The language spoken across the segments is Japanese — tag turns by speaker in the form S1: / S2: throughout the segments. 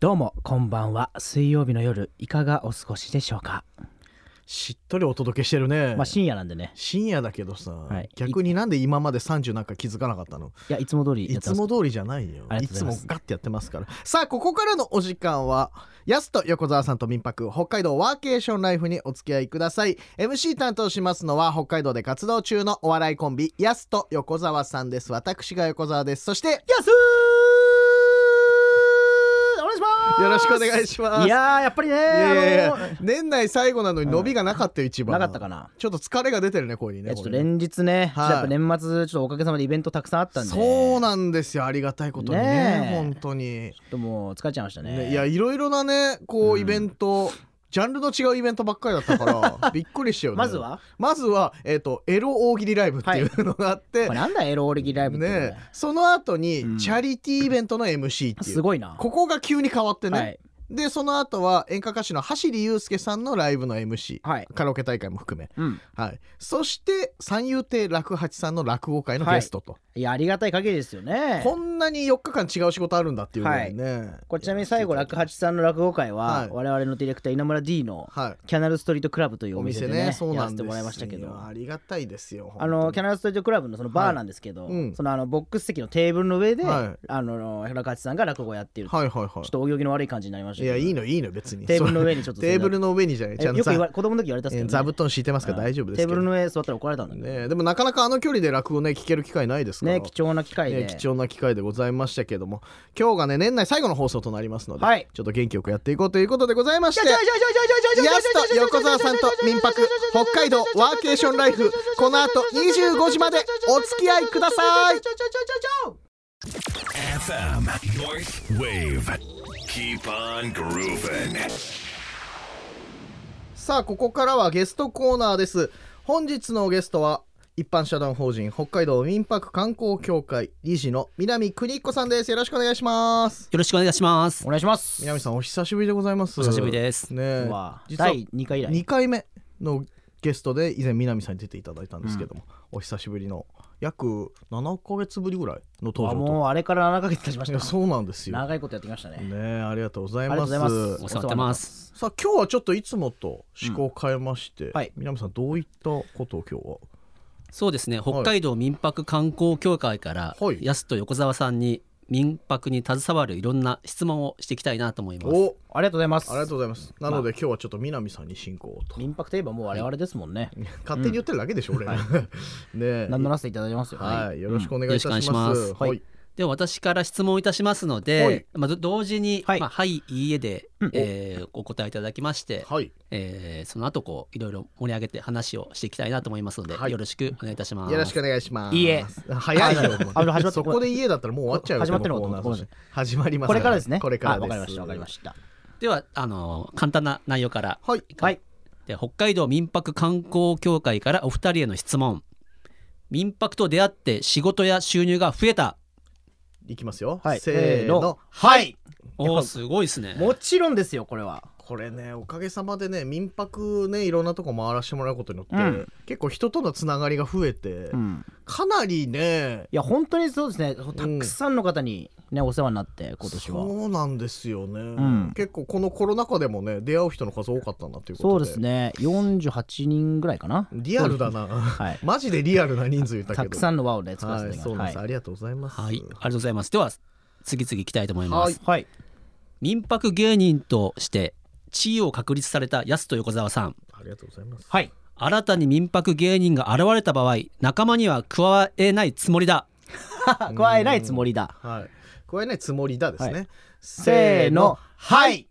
S1: どうもこんばんは水曜日の夜いかがお過ごしでしょうか、
S2: しっとりお届けしてるね、
S1: まあ深夜なんでね
S2: 深夜だけどさ、
S1: はい
S2: 逆になんで今まで30なんか気づかなかったの
S1: いやいつも通り
S2: い
S1: やって
S2: つ
S1: ます
S2: も通りじゃないよ
S1: あり
S2: い
S1: がと
S2: つ
S1: うございま
S2: も
S1: す
S2: ガッてやってますからさあここからのお時間はやすと横澤さんと民泊北海道ワーケーションライフにお付き合いください MC 担当しますのは北海道で活動中のお笑いコンビやすと横澤さんです私が横澤ですそして
S1: やすーお願いします
S2: よろしくお願いします
S1: いやーやっぱりね
S2: いやいやいや
S1: あのー
S2: 年内最後なのに伸びがなかったよ一番、
S1: なかったかな
S2: ちょっと疲れが出てるねこうに
S1: い
S2: ね
S1: やちょっ
S2: ことれね
S1: 連日ね、
S2: はい
S1: やっぱ年末ちょっとおかげさまでイベントたくさんあったんで
S2: そう
S1: な
S2: なんですよありがたいことにね
S1: ねえ
S2: 本当に、
S1: ちょっともう疲れちゃいましたね
S2: ねいやいろいろなねこう、
S1: うん
S2: イベントジャンルの違うイベントばっかりだったか らびっくりしようね
S1: まずは
S2: まずは、えー、とエロ大喜利ライブっていうのがあって、
S1: これなんだエロオリギライブって、
S2: ね、その後に、
S1: うん
S2: チャリティーイベントの MC ってい
S1: す
S2: う
S1: ごいな
S2: ここが急に変わってね、
S1: はい
S2: でその後は演歌歌手の橋里裕介さんのライブの MC、
S1: はい
S2: カラオケ大会も含め、
S1: うん
S2: はい、そして三遊亭楽八さんの落語会のゲストと、
S1: いやありがたい限りですよね
S2: こんなに4日間違う仕事あるんだっていうぐらいね、
S1: これちなみに最後落八さんの落語会は、
S2: はい
S1: 我々のディレクター稲村 D の
S2: はい
S1: キャナルストリートクラブという
S2: お
S1: お店
S2: 店
S1: で
S2: ね
S1: ね
S2: そ
S1: や
S2: うな
S1: ら
S2: ん
S1: せ
S2: で
S1: て
S2: すよ
S1: もらいましたけど
S2: ありがたいですよ
S1: あのキャ
S2: ャ
S1: ナルストリートクラブのそのバーなんですけど、
S2: はいうん
S1: そのあのボックス席のテーブルの上で、
S2: はい
S1: あの平川さんが落語をやってる、
S2: はいはいは
S1: ちょっとお行儀の悪い感じになりまし
S2: い
S1: た
S2: い
S1: けど
S2: やいいのいいの別に
S1: テーブルの上にちょっ
S2: そ
S1: と
S2: うテーブルの上にじゃない
S1: え
S2: ちゃん
S1: よ
S2: と
S1: く
S2: さ
S1: 言わ子供の時言われたっすけ
S2: え
S1: ど、ね、
S2: 座布団敷いてますから
S1: うん
S2: 大丈夫です
S1: テ
S2: け
S1: ーブ
S2: ど
S1: ルの上座ったら怒られたんだけどね
S2: ねえでもなかなかあの距離で落語ね聞ける機会ないですから
S1: 貴重な機会で、
S2: ね貴重な機会でございましたけども今日がね年内最後の放送となりますので、
S1: はい
S2: ちょっと元気よくやっていこうということでございまして
S1: ヤ
S2: ヤスと横澤さんと民泊北海道ワーケーションライフこの後25時までお付き合いください
S3: FM North Wave. Keep on grooving.
S2: さあここからはゲストコーナーです本日のゲストは一般社団法人北海道民泊観光協会理事の南邦彦さんですよろしくお願いします
S4: よろしくお願いします
S1: お。願いします
S2: 南さんお久しぶりでございます
S4: お久しぶりです。
S2: ね
S1: う
S2: え
S1: わ
S2: 実は
S1: 第2回以来
S2: 2回目のゲストで以前南さんに出ていただいたんですけども、お久しぶりの約7ヶ月ぶりぐらいの登
S1: あ
S2: 場と
S1: もうあれから7ヶ月経ちま
S2: い
S1: し
S2: や
S1: た
S2: そうなんですよ
S1: 長いことやってきましたね
S2: ねえありがとうござい
S1: ありがと
S2: ま
S1: うございます
S2: す
S4: お世話になってます。
S2: さあ今日はちょっといつもと趣向を変えまして、
S1: はい
S2: 南さんどういったことを今日は
S4: そうですね。北海道民泊観光協会から、
S2: はい
S4: やすと横澤さんに民泊に携わるいろんな質問をしていきたいなと思います。
S2: お
S1: ありがとうございます
S2: ありがとうございます。なので、今日はちょっと南さんに進行を と。
S1: 民泊といえばもう我々ですもんね、
S2: 勝手に言ってるだけでしょ、俺。 ねえ。
S1: 何のらせていただきますよ、
S2: はい、よろしくお願いいた
S4: よろ
S2: し
S4: しくお
S2: ま
S4: 願い
S2: す。
S4: しますでは私から質問いたしますの
S2: はい
S4: で、まあど同時に、
S1: はい
S4: まあはい、いいえで、
S1: うん
S4: えーお答えいただきまして、
S2: はい。
S4: えーその後こういろいろ盛り上げて話をしていきたいなと思いますので、
S2: はい
S4: よろしくお願いいたします。
S2: よろしくお願いします。
S1: いいえ。
S2: 早いよ
S1: ああ始まっ。て
S2: もうそこで家だったらもう終わっちゃうよ。
S1: 始まってるの
S2: こコーナー
S1: ごめんなさ
S2: 始まります。
S1: これからですね
S2: これから
S1: あ
S2: で
S1: わかりまし
S2: す。
S1: たわかりました
S4: ではあの簡単な内容から
S2: はい。
S1: はい
S4: で北海道民泊観光協会からお二人への質問民泊と出会って仕事や収入が増えた
S2: いきますよ。
S1: はい
S2: せーの。
S1: はい
S4: おおすごいですね
S1: もちろんですよこれは
S2: これねおかげさまでね民泊ねいろんなとこ回らせてもらうことによって、
S1: うん
S2: 結構人とのつながりが増えて、
S1: うん
S2: かなりね
S1: いや本当にそうですねたくさんの方にね、お世話になって今年は
S2: そうなんですよね、
S1: ん
S2: 結構このコロナ禍でもね出会う人の数多かったなというこ
S1: そ
S2: と
S1: う
S2: で
S1: ですね48人ぐらいかな
S2: リアルだな、
S1: はい
S2: マジでリアルな人数いたけど
S1: たくさんの輪をね作らせて
S2: はい
S1: いた
S2: そうな
S1: だき
S2: んです、
S1: ま
S2: ありがとうございます
S4: はいありがとうございますでは次々いきたいと思います、
S1: すはい
S4: 民泊芸人として地位を確立された安と横澤さん
S2: ありがとうございます
S1: はい
S4: 新たに民泊芸人が現れた場合仲間には加えないつもりだ
S1: はい加えないつもりだ
S2: はい加えないつもりだですね、
S1: は
S2: せーの
S1: はい い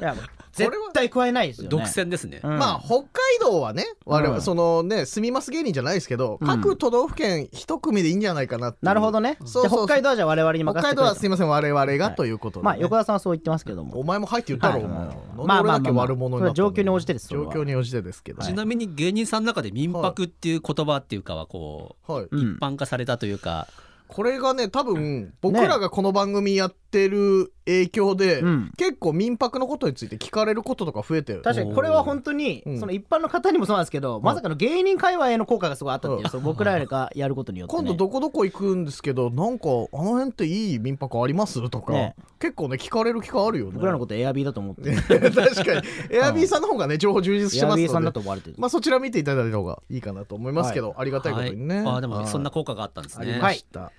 S1: や絶対加えないですよね
S4: 独占ですね、
S1: うん
S2: まあ北海道はね我々、
S1: うん
S2: そのね住みます芸人じゃないですけど、
S1: うん
S2: 各都道府県一組でいいんじゃないかなっていう
S1: なるほどね
S2: そう
S1: じゃ
S2: そ
S1: あ
S2: う
S1: 北海道はじゃあ我々に
S2: 北
S1: 任せて
S2: 海道
S1: くれ
S2: は
S1: と
S2: すいません我々が、
S1: はい
S2: ということで、ね、
S1: まあ横田さんはそう言ってますけども
S2: お前も入って言った
S1: は
S2: ろ、
S1: い
S2: お前は
S1: まあまあまあ
S2: なんで俺だけ悪者に
S1: それ
S2: なったの
S1: は状況に応じてですそれ
S2: 状
S1: は
S2: 況に応じてですけど、
S4: ちなみに芸人さんの中で民泊っていう言葉っていうかはこう
S2: はい、
S1: うん
S4: 一般化されたというか、
S2: これがね多分僕らがこの番組やってる影響で、
S1: うん
S2: 結構民泊のことについて聞かれることとか増えてる
S1: 確かにこれは本当に
S2: うん
S1: その一般の方にもそうなんですけど、まさかの芸人界隈への効果がすごいあったっていう、その僕らがやることによって、ね、
S2: 今度どこどこ行くんですけどなんかあの辺っていい民泊ありますとか、
S1: ね
S2: 結構ね聞かれる機会あるよね
S1: 僕らのことエアビーだと思って、
S2: 確かにエアビーさんの方がね情報充実し
S1: エ
S2: て
S1: ア
S2: ます
S1: ビーさん
S2: の
S1: だ
S2: で
S1: と思われてる、
S2: まあそちら見ていただいた方がいいかなと思いますけど、ありがたいことにね、
S4: はいあーでもそんな
S2: こ
S4: 効果があったんです
S2: とあり
S4: ね、
S2: ました、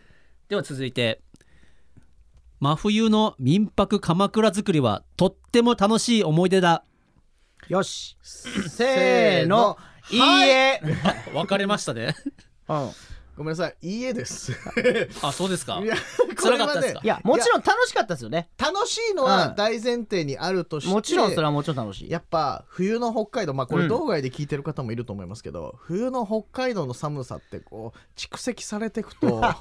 S4: では続いて真冬の民泊鎌倉作りはとっても楽しい思い 出だ
S1: よしせーのいい
S2: はい
S1: え、
S4: 分かれましたね
S1: うん
S2: ごめんなさいいいえですい
S4: あそうですか
S2: や
S4: 辛かったですか
S1: いやもちろん楽しかったですよね
S2: 楽しいのは
S1: うん
S2: 大前提にあるとして、
S1: もちろんそれはもちろん楽しい
S2: やっぱ冬の北海道まあこ
S1: う
S2: れ
S1: ん
S2: 道外で聞いてる方もいると思いますけど、冬の北海道の寒さってこう蓄積されてくと こ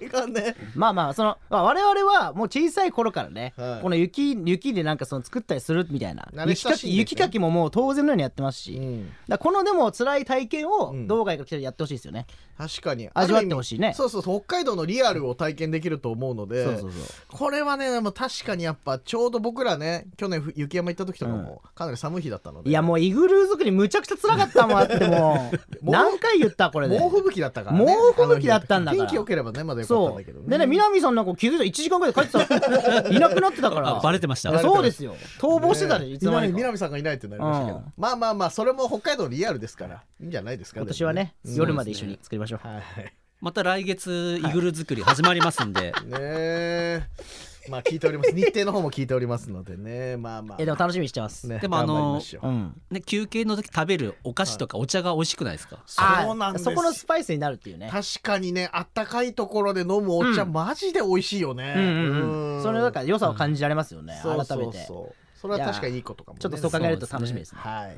S2: れがね
S1: まあまあその、まあ、我々はもう小さい頃からね、
S2: はい
S1: この雪雪でなんかその作ったりするみたいな
S2: 慣れ
S1: 雪
S2: 親
S1: か
S2: しんで
S1: き、
S2: ね
S1: 雪かきももう当然のようにやってますし、
S2: うん
S1: だからこのでも辛い体験を
S2: うん
S1: 道外から来てやってほしいですよね、
S2: 確かに
S1: 味わってほしいね
S2: ある意味そうそうそう北海道のリアルを体験できると思うので
S1: そうそうそう
S2: これはねでも確かにやっぱちょうど僕らね去年ふ雪山行った時とかもかなり寒い日だったので、
S1: いやもうイグルー作りむちゃくちゃ辛かったもんあってもう
S2: 猛
S1: 何回言ったこれで
S2: 猛吹雪だったからね
S1: 猛吹雪だったんだから
S2: あの日天気良ければねまだ良かったん
S1: そ
S2: だけど
S1: うでね南さんなんか気づいたら1時間ぐらいで帰ってたいなくなってたから
S4: あバレてまし
S1: いや
S4: た
S1: そうですよ逃亡してたで、
S2: ね
S1: いつの間に
S2: いない
S1: か
S2: 南さんがいないってなりましたけど、
S1: うん
S2: まあまあまあそれも北海道リアルですからいいんじゃないですか
S1: 今年はね
S2: でも
S1: 夜まで一緒に作りましょう、
S4: また来月イグル作り始まりますんで、
S2: うんねえまあ聞いてお ります日程の方も聞いておりますのでねまあまあ
S1: えでも楽しみにしてます、
S2: ね
S4: でもあの
S2: 頑張りましょう
S1: うん
S4: ね、休憩の時食べるお菓子とかお茶が美味しくないですか、
S2: そうなんです
S1: あそこのスパイスになるっていうね
S2: 確かにねあったかいところで飲むお茶、
S1: うん
S2: マジで美味しいよね、
S1: うんうんうんそれだから良さを感じられますよね、
S2: そうそう
S1: 改
S2: そ
S1: め
S2: う
S1: て
S2: それは確かにいいことかもね
S1: ちょっとそう考えると楽しみですね
S2: はい、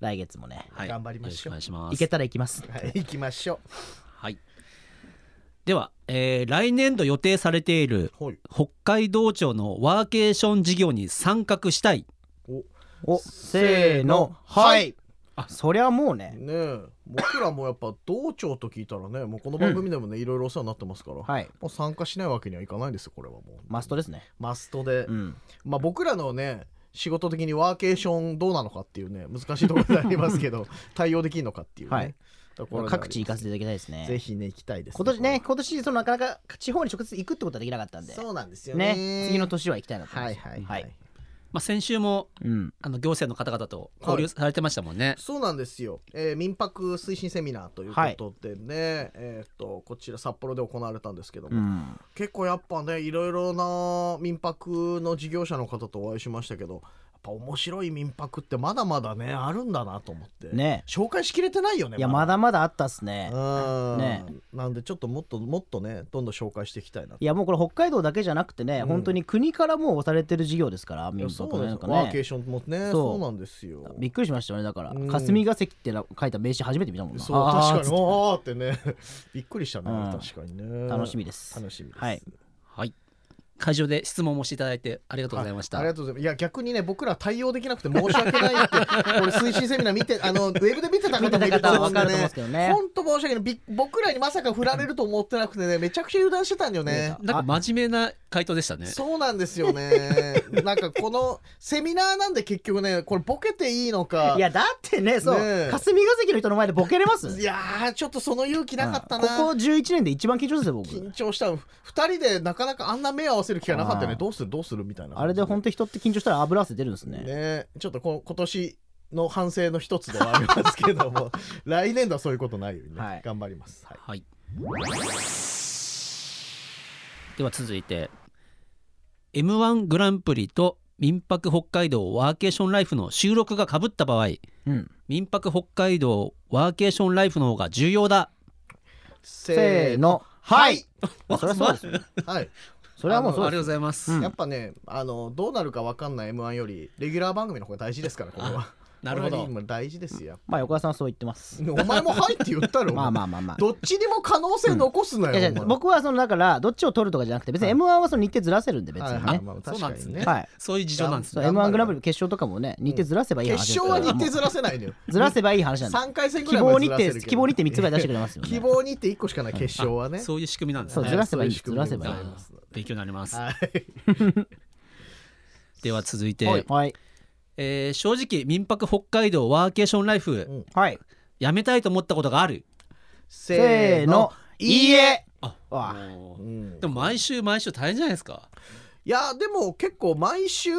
S1: 来月もね
S4: はい
S2: 頑張りましょう
S4: よろくお願いします
S1: 行けたら行きます
S2: はい、行きましょ
S4: はいでは、えー来年度予定されている
S2: うはい
S4: 北海道庁のワーケーション事業に参画したい
S2: お
S1: おせーのはいあそりゃもうね
S2: ねえ僕らもやっぱ道庁と聞いたらねもうこの番組でもね、いろいろお世話になってますから、
S1: はい
S2: もう参加しないわけにはいかないですよこれはもう
S1: マストですね
S2: マストで、
S1: うん
S2: まあ僕らのね仕事的にワーケーションどうなのかっていうね難しいところであります けど対応できるのかっていうね、
S1: はい
S2: ところであります
S1: 各地行かせていただきたいですね
S2: ぜひね行きたいです、
S1: 今年ね今年そのなかなか地方に直接行くってことはできなかったんで
S2: そうなんですよね
S1: ね次の年は行きたいなと思
S2: はい
S1: ま
S2: い
S1: す
S2: はいはい、
S4: まあ、先週も
S1: うん
S4: あの行政の方々と交流されてましたもんね、
S2: そうなんですよ、えー民泊推進セミナーということでね、えーっとこちら札幌で行われたんですけども、
S1: うん
S2: 結構やっぱねいろいろな民泊の事業者の方とお会いしましたけどやっぱ面白い民泊ってまだまだねあるんだなと思って
S1: ね
S2: 紹介しきれてないよね
S1: いやまだまだあったっすね
S2: うん、
S1: ね
S2: なんでちょっともっともっとねどんどん紹介していきたいなと
S1: いやもうこれ北海道だけじゃなくてね、
S2: うん
S1: 本当に国からもう押されてる事業ですから、民
S2: そう
S1: 泊
S2: なん
S1: ね
S2: です
S1: な
S2: よ
S1: んか
S2: ワーケー
S1: ね。
S2: ションもね
S1: そう
S2: そうなんですよ
S1: びっくりしましたよね、だから、
S2: うん
S1: 霞が関ってな書いた名刺初めて見たもんな。
S2: そう
S1: あー
S2: 確かにおーってね びっくりしたね、
S1: うん
S2: 確かにね
S1: 楽しみです
S2: 楽しみです、
S1: はい
S4: はい会場で質問もしていただいてありがとうございました、
S2: ありがとうございます。いや逆にね僕ら対応できなくて申し訳ないって、 これ推進セミナー見てあのウェブで見てた方もいると思うんで
S1: 見てた方は分かると思うんですけど
S2: ね。
S1: ね
S2: 本当申し訳ないび。僕らにまさか振られると思ってなくてねめちゃくちゃ油断してたんだよね。
S4: なんか真面目な回答でしたね
S2: そうなんですよね。 なんかこのセミナーなんで結局ねこれボケていいのか。
S1: いやだってね、そう、
S2: ねえ
S1: 霞が関の人の前でボケれます
S2: いやーちょっとその勇気なかった
S1: うん
S2: な。
S1: ここ11年で一番緊張ですよ、僕。
S2: 緊張した二人でなかなかあんな目合わせる気がなかったよね
S1: うん
S2: どうするどうするみたいな感じ。
S1: あれで本当に人って緊張したら油汗出るんですね。
S2: ねちょっとこ今年の反省の一つではありますけ ども来年度はそういうことないようにね、
S1: はい
S2: 頑張ります、はい、
S4: はい。では続いて M1 グランプリと民泊北海道ワーケーションライフの収録がかぶった場合
S1: うん、
S4: 民泊北海道ワーケーションライフの方が重要だ
S1: せーの、
S2: は
S1: はいい、それはそうですよ。
S2: はい
S1: それはもう
S4: あの
S1: そ
S4: あ
S1: う
S4: り
S1: で
S4: がとうご
S1: す。
S4: ざいます、
S1: うん
S2: やっぱねあのどうなるか分かんない m 1よりレギュラー番組の方が大事ですからこれは
S4: なるほど
S2: これは今大事ですよやっ
S1: まあ、横田さんはそう言ってます。
S2: ぱお前も「はい」って言ったろ
S1: まあま
S2: あ
S1: あまあまあ。
S2: どっちにも可能性残すなよ、
S1: いやい
S2: お
S1: や
S2: 前
S1: 僕はそのだから、どっちを取るとかじゃなくて、別に M1 はその日程ずらせるんで、別にね。
S2: はいはいまあ、
S4: そう
S2: 確
S4: な
S2: か
S4: んです
S2: に
S4: ね、
S2: ね
S1: はい
S4: そういう事情なんです
S1: そう
S4: ね
S2: 頑張れ
S1: M1 グランプリ決勝とかもね、日程ずらせばいい
S2: 決
S1: 話です
S2: 勝
S1: から
S2: は日程
S1: も
S2: ずらせないのよ
S1: うずらせばいい話なんで
S2: 3回戦ぐ
S1: 希
S2: らいま
S1: 望
S2: で
S1: 日
S2: ずらせるけ
S1: 程、
S2: ど
S1: 希望日程3つぐらい出してくれますよね。
S2: 希望日程1個しかない決勝はね
S4: そういう仕組みなんです
S1: そう
S4: ね
S1: ずらせばいい
S2: そういう仕組み
S1: ずらせばいい
S2: でございます
S4: 勉強になります、
S2: はい
S4: では続いて、
S1: はいはい
S4: えー正直民泊北海道ワーケーションライフ、
S2: ん
S1: はい
S4: やめたいと思ったことがある
S1: せーのいいえ
S4: あ
S1: わあ
S4: もう
S2: うん
S4: でも毎週毎週大変じゃないですか
S2: いやでも結構毎週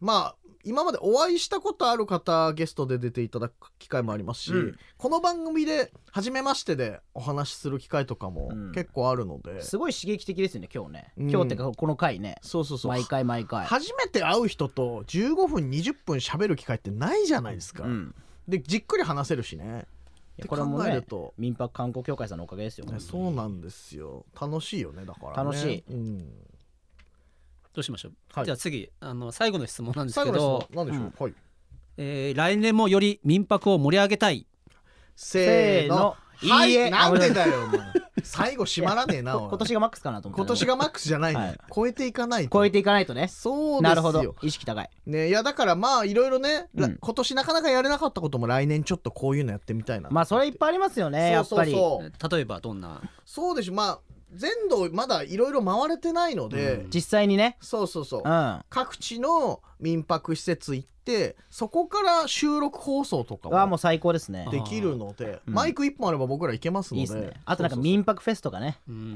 S2: まあ今までお会いしたことある方ゲストで出ていただく機会もありますし、
S1: うん
S2: この番組で初めましてでお話しする機会とかも
S1: うん
S2: 結構あるので、
S1: すごい刺激的ですよね今日ね
S2: うん
S1: 今日ってかこの回ね
S2: そうそうそう
S1: 毎回毎回
S2: 初めて会う人と15分20分喋る機会ってないじゃないですか、
S1: うん
S2: でじっくり話せるしね
S1: いや
S2: って
S1: これも
S2: 考え
S1: ね
S2: ると、
S1: 民泊観光協会さんのおかげですよ
S2: ねそうなんですよ楽しいよねだから、ね、
S1: 楽しい
S2: うん、
S4: どうしましょう、
S2: はい
S4: じゃあ次あの最後の質問なんです
S2: 最
S4: け
S2: 後の
S4: ど
S2: 質、問何でしょう、はい
S4: えー来年もより民泊を盛り上げたい
S2: せーの
S1: せーの
S2: はい
S1: いいえ
S2: なんでだよもう最後閉まらねえなおい
S1: 今年がマックスかなと思って
S2: 今年がマックスじゃないの、
S1: はい
S2: 超えていかないと
S1: 超えていかないとね
S2: そうですよ
S1: なるほど意識高い
S2: ねいやだからまあいろいろね、ら
S1: うん
S2: 今年なかなかやれなかったことも来年ちょっとこういうのやってみたいな
S1: まあそれいっぱいありますよねやっ
S2: そう
S1: ぱ
S2: そう
S1: り
S2: そう
S4: 例えばどんな
S2: そうでしょまあ全土まだいろいろ回れてないので、
S4: うん
S1: 実際にね
S2: そうそうそう
S1: うん
S2: 各地の民泊施設行ってそこから収録放送とか
S1: はも
S2: も
S1: う最高ですね
S2: できるので
S1: うん
S2: マイク一本あれば僕ら行けますの
S1: い
S2: で
S1: いですねあとなんか
S2: そうそう
S1: 民泊フェスとかね
S4: うん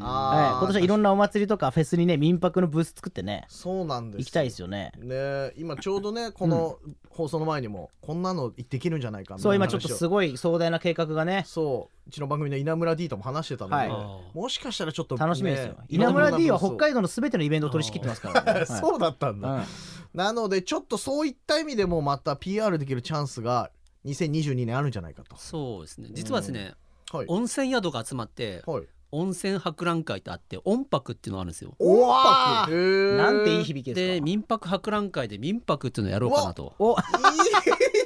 S1: はい
S2: あー
S1: 今年はいろんなお祭りとかフェスにね民泊のブース作ってね
S2: そうそうなんです
S1: 行きたいですよね
S2: ね今ちょうどねこの放送の前にもこんなのできるんじゃないかみ
S1: そ
S2: た
S1: う
S2: いな
S1: 今
S2: 話
S1: ちょ
S2: を
S1: っとすごい壮大な計画がね
S2: そううちの番組の稲村 D とも話してたので、
S1: はい
S2: もしかしたらちょっとね、
S1: 楽しみですよ
S2: い
S1: 稲
S2: ろんな
S1: 村 D は
S2: 放
S1: 北
S2: 送
S1: 海道のすべてのイベントを取り仕切ってますからねはい
S2: そうだったんだ、
S1: うん
S2: なのでちょっとそういった意味でもまた PR できるチャンスが2022年あるんじゃないかと
S4: そうですね実はですね、
S2: はい
S4: 温泉宿が集まって
S2: はい
S4: 温泉博覧会ってあって音泊っていうのがあるんですよ
S1: うわ
S2: 音楽へー
S1: なんていい響きで
S4: です
S1: か
S4: 民泊博覧会で民泊っていうのをやろうかなと
S1: お
S2: い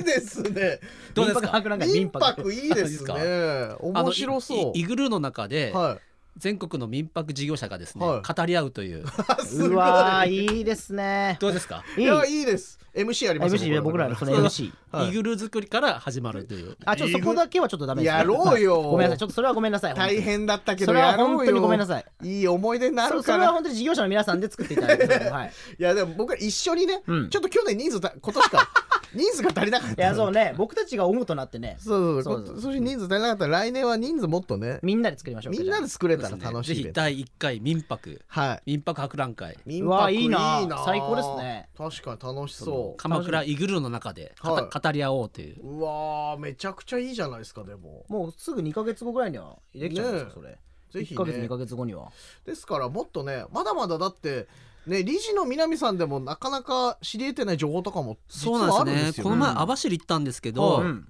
S2: いですね
S4: どうですか
S1: 博覧会
S2: 民
S1: 民
S2: 泊
S1: 泊
S2: いいですね
S4: あいいあの
S2: 面白そう
S4: いイグルーの中で
S2: は
S4: 全国の民泊事業者がですね、
S2: はい
S4: 語り合う という
S2: いすごいう
S1: わーいいですね
S4: どうですか
S1: い
S2: い
S1: い
S2: やいいです MC ありますよ
S1: MC で僕らのその
S4: そう
S1: MC
S2: はい
S4: イグルー作りから始まるという
S1: あちょっとそこだけはちょっとダメですね
S2: やろう よ
S1: ごめんなさいちょっとそれはごめんなさい
S2: 大変だったけど
S1: それは
S2: やろうよ
S1: 本当にごめんなさい
S2: いい思い出にな
S1: そ
S2: る
S1: うそ
S2: か
S1: れは
S2: ら
S1: 本当に事業者の皆さんで作っていただいてください はい
S2: いやでも僕ら一緒にね、
S1: うん
S2: ちょっと去年人 数た今年か人数が足りなかった
S1: いやそうね僕たちが思うとなってね
S2: そうそ
S1: そうう
S2: そ
S1: そうう
S2: こそして人数足りなかったら来年は人数もっとね
S1: みんなで作りましょう
S2: みんなで作れたら楽しい
S4: ぜ
S2: イベ
S4: ひ
S2: ント
S4: 第1回民泊
S2: はい
S4: 民泊博覧会
S2: 民
S1: うわいいな最高ですね
S2: 確かに楽しそ
S4: 鎌倉イグルーの中で、かた
S2: はい
S4: 語り合おうという
S2: ううわーめちゃくちゃいいじゃないですかでも
S1: もうすぐ2ヶ月後ぐらいにはできちゃうんですよ
S2: ね
S1: それ
S2: ぜひ
S1: 1ヶ月2
S2: ね
S1: ヶ月後には
S2: ですからもっとねまだまだだってね理事の南さんでもなかなか知り得てない情報とかも実
S4: そうな
S2: はあ
S4: んで
S2: るん
S4: すね
S2: ですよ
S4: この
S2: ね
S4: 前網走行ったんですけど、
S1: うん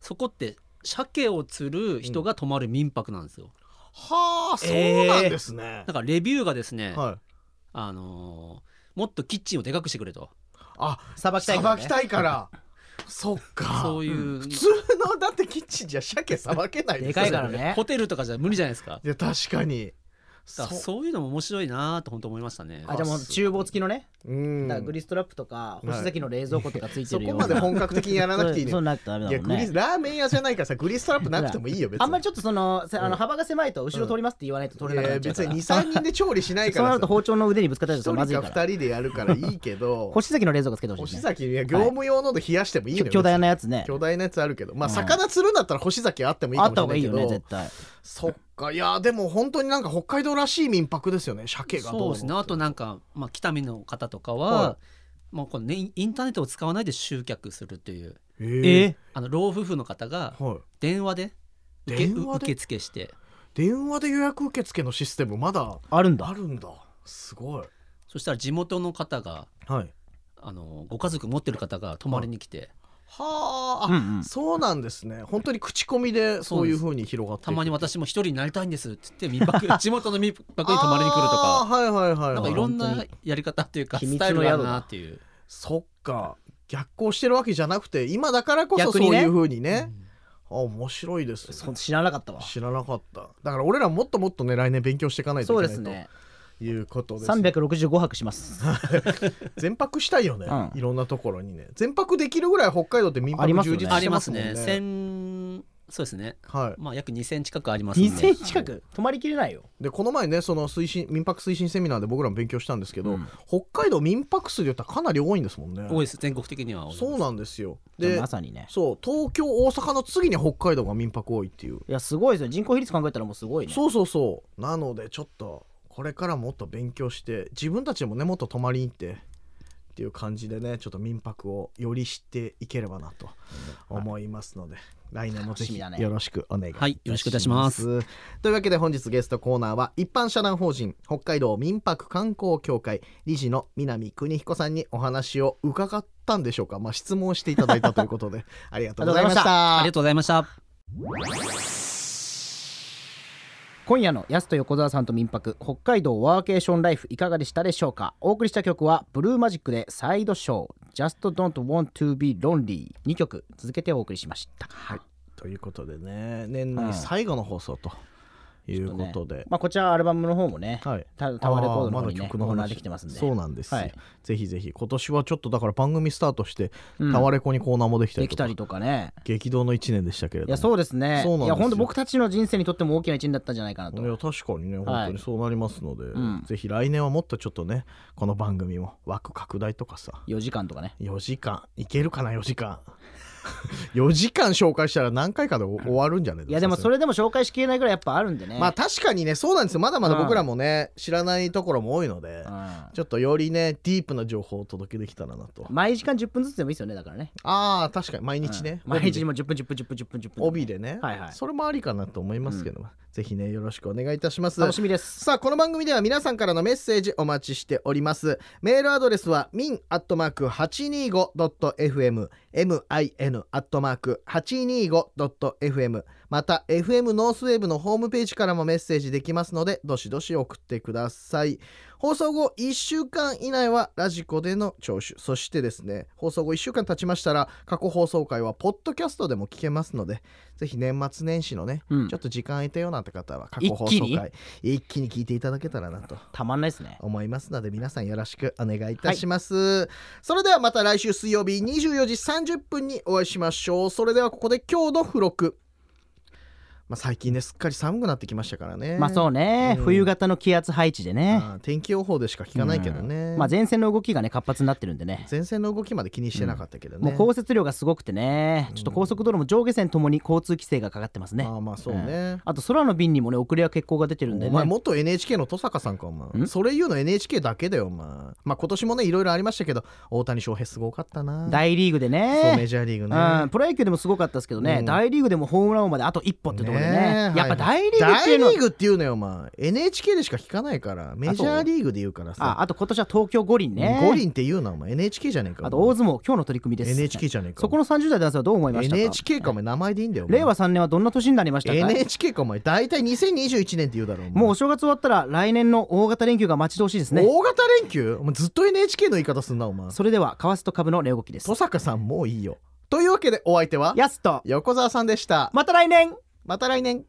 S4: そこって鮭を釣る人が泊まる民泊なんですよ、
S2: はあそうなんですね、
S4: だからレビューがですね、
S2: はい
S4: あのーもっとキッチンをでかくしてくれと
S2: あ
S1: さばきたいか
S2: さ
S1: ら
S2: ば
S1: ね
S2: きたいから そっか
S4: そういう、
S2: 普通のだってキッチンじゃ鮭さばけない
S1: ですかいからね
S4: ホテルとかじゃ無理じゃないですか
S2: いや確かに
S4: だからそういうのも面白いなと本当思いましたね
S1: あじゃあもう厨房付きのね
S2: う
S1: だ
S2: ん
S1: からグリストラップとか星崎の冷蔵庫とかついて
S2: そ
S1: るよ
S2: こ
S1: うな
S2: まで本格的にやらなくていいね
S1: そうそうなくてダメだ
S2: いや
S1: もん
S2: グ
S1: ね
S2: リスラーメン屋じゃないからさグリストラップなくてもいいよ別に
S1: あんまりちょっとそのせあの幅が狭いと後ろ通りますって言わないと取れなく
S2: い
S1: な
S2: や
S1: っちゃうか
S2: 別
S1: ら、
S2: に23人で調理しない か
S1: そうな
S2: ら
S1: ると
S2: さ
S1: 包丁の腕にぶつかったり
S2: 1
S1: するとまずい
S2: 人
S1: か
S2: から2人でやるからいいけ ど
S1: 星崎の冷蔵庫つけてほしい
S2: 星
S1: ですね
S2: 崎いや業務用ので冷やしてもいいの
S1: きょ
S2: よ
S1: 巨大
S2: な
S1: なやつね
S2: 巨大なやつあるけどまあ
S1: うん
S2: 魚釣るんだったら星崎あってもいい
S1: あ
S2: か
S1: った方
S2: も
S1: が
S2: し
S1: いい
S2: れ
S1: よ
S2: ない
S1: ね
S2: けど
S1: 絶対
S2: そっかいやでも本当になんか北海道らしい民泊ですよね鮭がど
S4: そうう
S2: の
S4: ですねあとなんか、まあ、北見の方とか
S2: は
S4: は、もうこのね、インターネットを使わないで集客するという
S2: え
S1: え
S4: あの老夫婦の方が
S2: はい
S4: 電話で受け
S2: 電話で
S4: 受付して
S2: 電話で予約受付のシステムまだ
S1: あるん
S2: あ
S1: だ
S2: るんだすごい
S4: そしたら地元の方が
S2: はい
S4: あのご家族持ってる方が泊まりに来て、
S2: はあ、あ
S1: うんうん
S2: そうなんですね本当に口コミでそういうふうに広がっていく
S4: たまに私も一人になりたいんですって言って民泊 地元の民泊に泊まりに来ると
S2: あ
S4: か
S2: ーはいはいはい、はい、
S4: なんかいろ
S1: 本
S4: んな
S1: 当
S4: やり方っていうか
S1: 秘
S4: ス
S1: 密
S4: タ
S1: の宿
S4: イル
S1: だ
S4: があるなっていう
S2: そっか逆行してるわけじゃなくて今だからこそ
S1: 逆
S2: そ
S1: に
S2: う
S1: ね
S2: いうふうにねあ面白いです
S1: そう知らなかったわ
S2: 知らなかっただから俺らもっともっとね来年勉強していかないと
S1: そう
S2: い
S1: です
S2: けない
S1: ね
S2: ということです
S1: 365泊します
S2: 全泊したいよね、
S1: うん
S2: いろんなところにね全泊できるぐらい北海道って民
S1: あり
S2: 泊
S1: ます
S2: 充
S1: よね
S2: 実し
S4: あ
S2: て
S4: り
S2: ま
S4: ますす
S2: もんね
S4: ね千そうですね
S2: は
S4: まあ約2000近くありますんで
S1: 2000近く泊まりきれないよ
S2: い、でこの前ねその推進民泊推進セミナーで僕らも勉強したんですけど、北海道民泊数で言ったらかなり多いんですもんね
S4: 多いです全国的には多いです
S2: そうなんですよ
S1: で
S2: で
S1: もまさにね
S2: そう東京大阪の次に北海道が民泊多いっていう
S1: いやすごいですよ人口比率考えたらもうすごいね
S2: そうそうそうなのでちょっとこれからもっと勉強して自分たちもねもっと泊まりに行ってっていう感じでねちょっと民泊をより知っていければなと思いますので、来年も
S1: 楽
S2: ぜ
S1: しみ
S2: ひ
S1: だね
S2: よろしくお願いいたします、
S4: はいよろしくお願いします
S2: というわけで本日ゲストコーナーは一般社団法人北海道民泊観光協会理事の南邦彦さんにお話を伺ったんでしょうか、まあ、質問していただいたということでありがとうございまし
S1: ありがとうございました
S2: た
S4: ありがとうございました
S1: 今夜のやすと横澤さんと民泊北海道ワーケーションライフいかがでしたでしょうかお送りした曲はブルーマジックでサイドショー Just Don't Want to Be Lonely 2曲続けてお送りしましたはい
S2: ということでね年内最後の放送ということで、
S1: まあこちらアルバムの方もね、
S2: はい
S1: タタワーレコードの方
S2: あまだ
S1: にね
S2: 曲
S1: コ
S2: の
S1: ーナー
S2: 話
S1: できてますんで
S2: そうなんですよ、
S1: はい
S2: ぜひぜひ今年はちょっとだから番組スタートして、
S1: うん
S2: タワレコにコーナーもできたり
S1: で
S2: と
S1: き
S2: か
S1: たりとかね
S2: 激動の1年でしたけれども
S1: いやそうですね
S2: そうなんですよ
S1: いや本当僕たちの人生にとっても大きな一年だったんじゃないかなと
S2: いや確かにね、
S1: はい
S2: 本当にそうなりますので、
S1: ん
S2: ぜひ来年はもっとちょっとねこの番組も枠拡大とかさ
S1: 4時間とかね
S2: 4時間いけるかな4時間 4時間紹介したら何回かで終わるんじゃないですか
S1: いやでも
S2: れ
S1: それでも紹介しきれないぐらいやっぱあるんでね
S2: まあ確かにねそうなんですよまだまだ僕らもね、知らないところも多いので、
S1: うん
S2: ちょっとよりねディープな情報をお届けできたらなと
S1: 毎時間10分ずつでもいいですよねだからね
S2: ああ確かに毎日ね、
S1: 毎日
S2: 帯で
S1: も10分10分10分10分10分
S2: 帯でね、
S1: はいはい
S2: それもありかなと思いますけども、ぜひねよろしくお願いいたします
S1: 楽しみです
S2: さあこの番組では皆さんからのメッセージお待ちしておりますメールアドレスは min.825.fm min.825.fm また FM ノースウェーブのホームページからもメッセージできますのでどしどし送ってください放送後1週間以内はラジコでの聴取そしてですね放送後1週間経ちましたら過去放送回はポッドキャストでも聞けますのでぜひ年末年始のね、
S1: うん
S2: ちょっと時間空いたようなんて方は過去放
S1: 一
S2: 送
S1: 気に
S2: 回一気に聞いていただけたらなと
S1: たまんないですね
S2: 思いますので皆さんよろしくお願いいたします、それではまた来週水曜日24時30分にお会いしましょうそれではここで今日の付録まあ最近ねすっかり寒くなってきましたからね
S1: まあそうね、
S2: うん
S1: 冬型の気圧配置でね、
S2: あー天気予報でしか聞かないけどね、
S1: まあ、前線の動きがね活発になってるんでね
S2: 前線の動きまで気にしてなかったけどね、
S1: もう降雪量がすごくてね、ちょっと高速道路も上下線ともに交通規制がかかってますね
S2: あーまあそうね、
S1: あと空の便にもね遅れや欠航が出てるんで
S2: お
S1: ね
S2: 前元 NHK の登坂さんかお前
S1: ん
S2: それ言うの NHK だけだよお前まあ今年もねいろいろありましたけど大谷翔平すごかったな
S1: 大リーグで
S2: そうメ
S1: ね
S2: ジャーリーグね
S1: うん、プロ野球でもすごかったですけどね、
S2: うん
S1: 大リーグでもホームラン王まであと一歩ってところでね
S2: ねえ
S1: やっぱ
S2: は
S1: 大リーグっていうのは
S2: 大リーグっていうのよ、まあ、NHK でしか聞かないから、メジャーリーグで言うから
S1: あ
S2: さ、
S1: あと今年は東京五輪ね
S2: 五輪って言うな、お前、NHK じゃねえか。
S1: あと大相撲今日の取り組みです
S2: NHK じゃねえか。
S1: そこの30代男性はどう思いましたか
S2: NHK か、お前、名前でいいんだよ。お前
S1: 令和3年はどんな年になりましたか
S2: NHK か、お前、大体2021年って言うだろ、お前
S1: もうお正月終わったら来年の大型連休が待ち遠しいですね
S2: 大型連休お前ずっと NHK の言い方すんな、お前。
S1: それでは為替と株の値動きです
S2: 登坂さん、もういいよ。というわけで、お相手は、
S1: やすと
S2: 横澤さんでした。
S1: また来年
S2: また来年。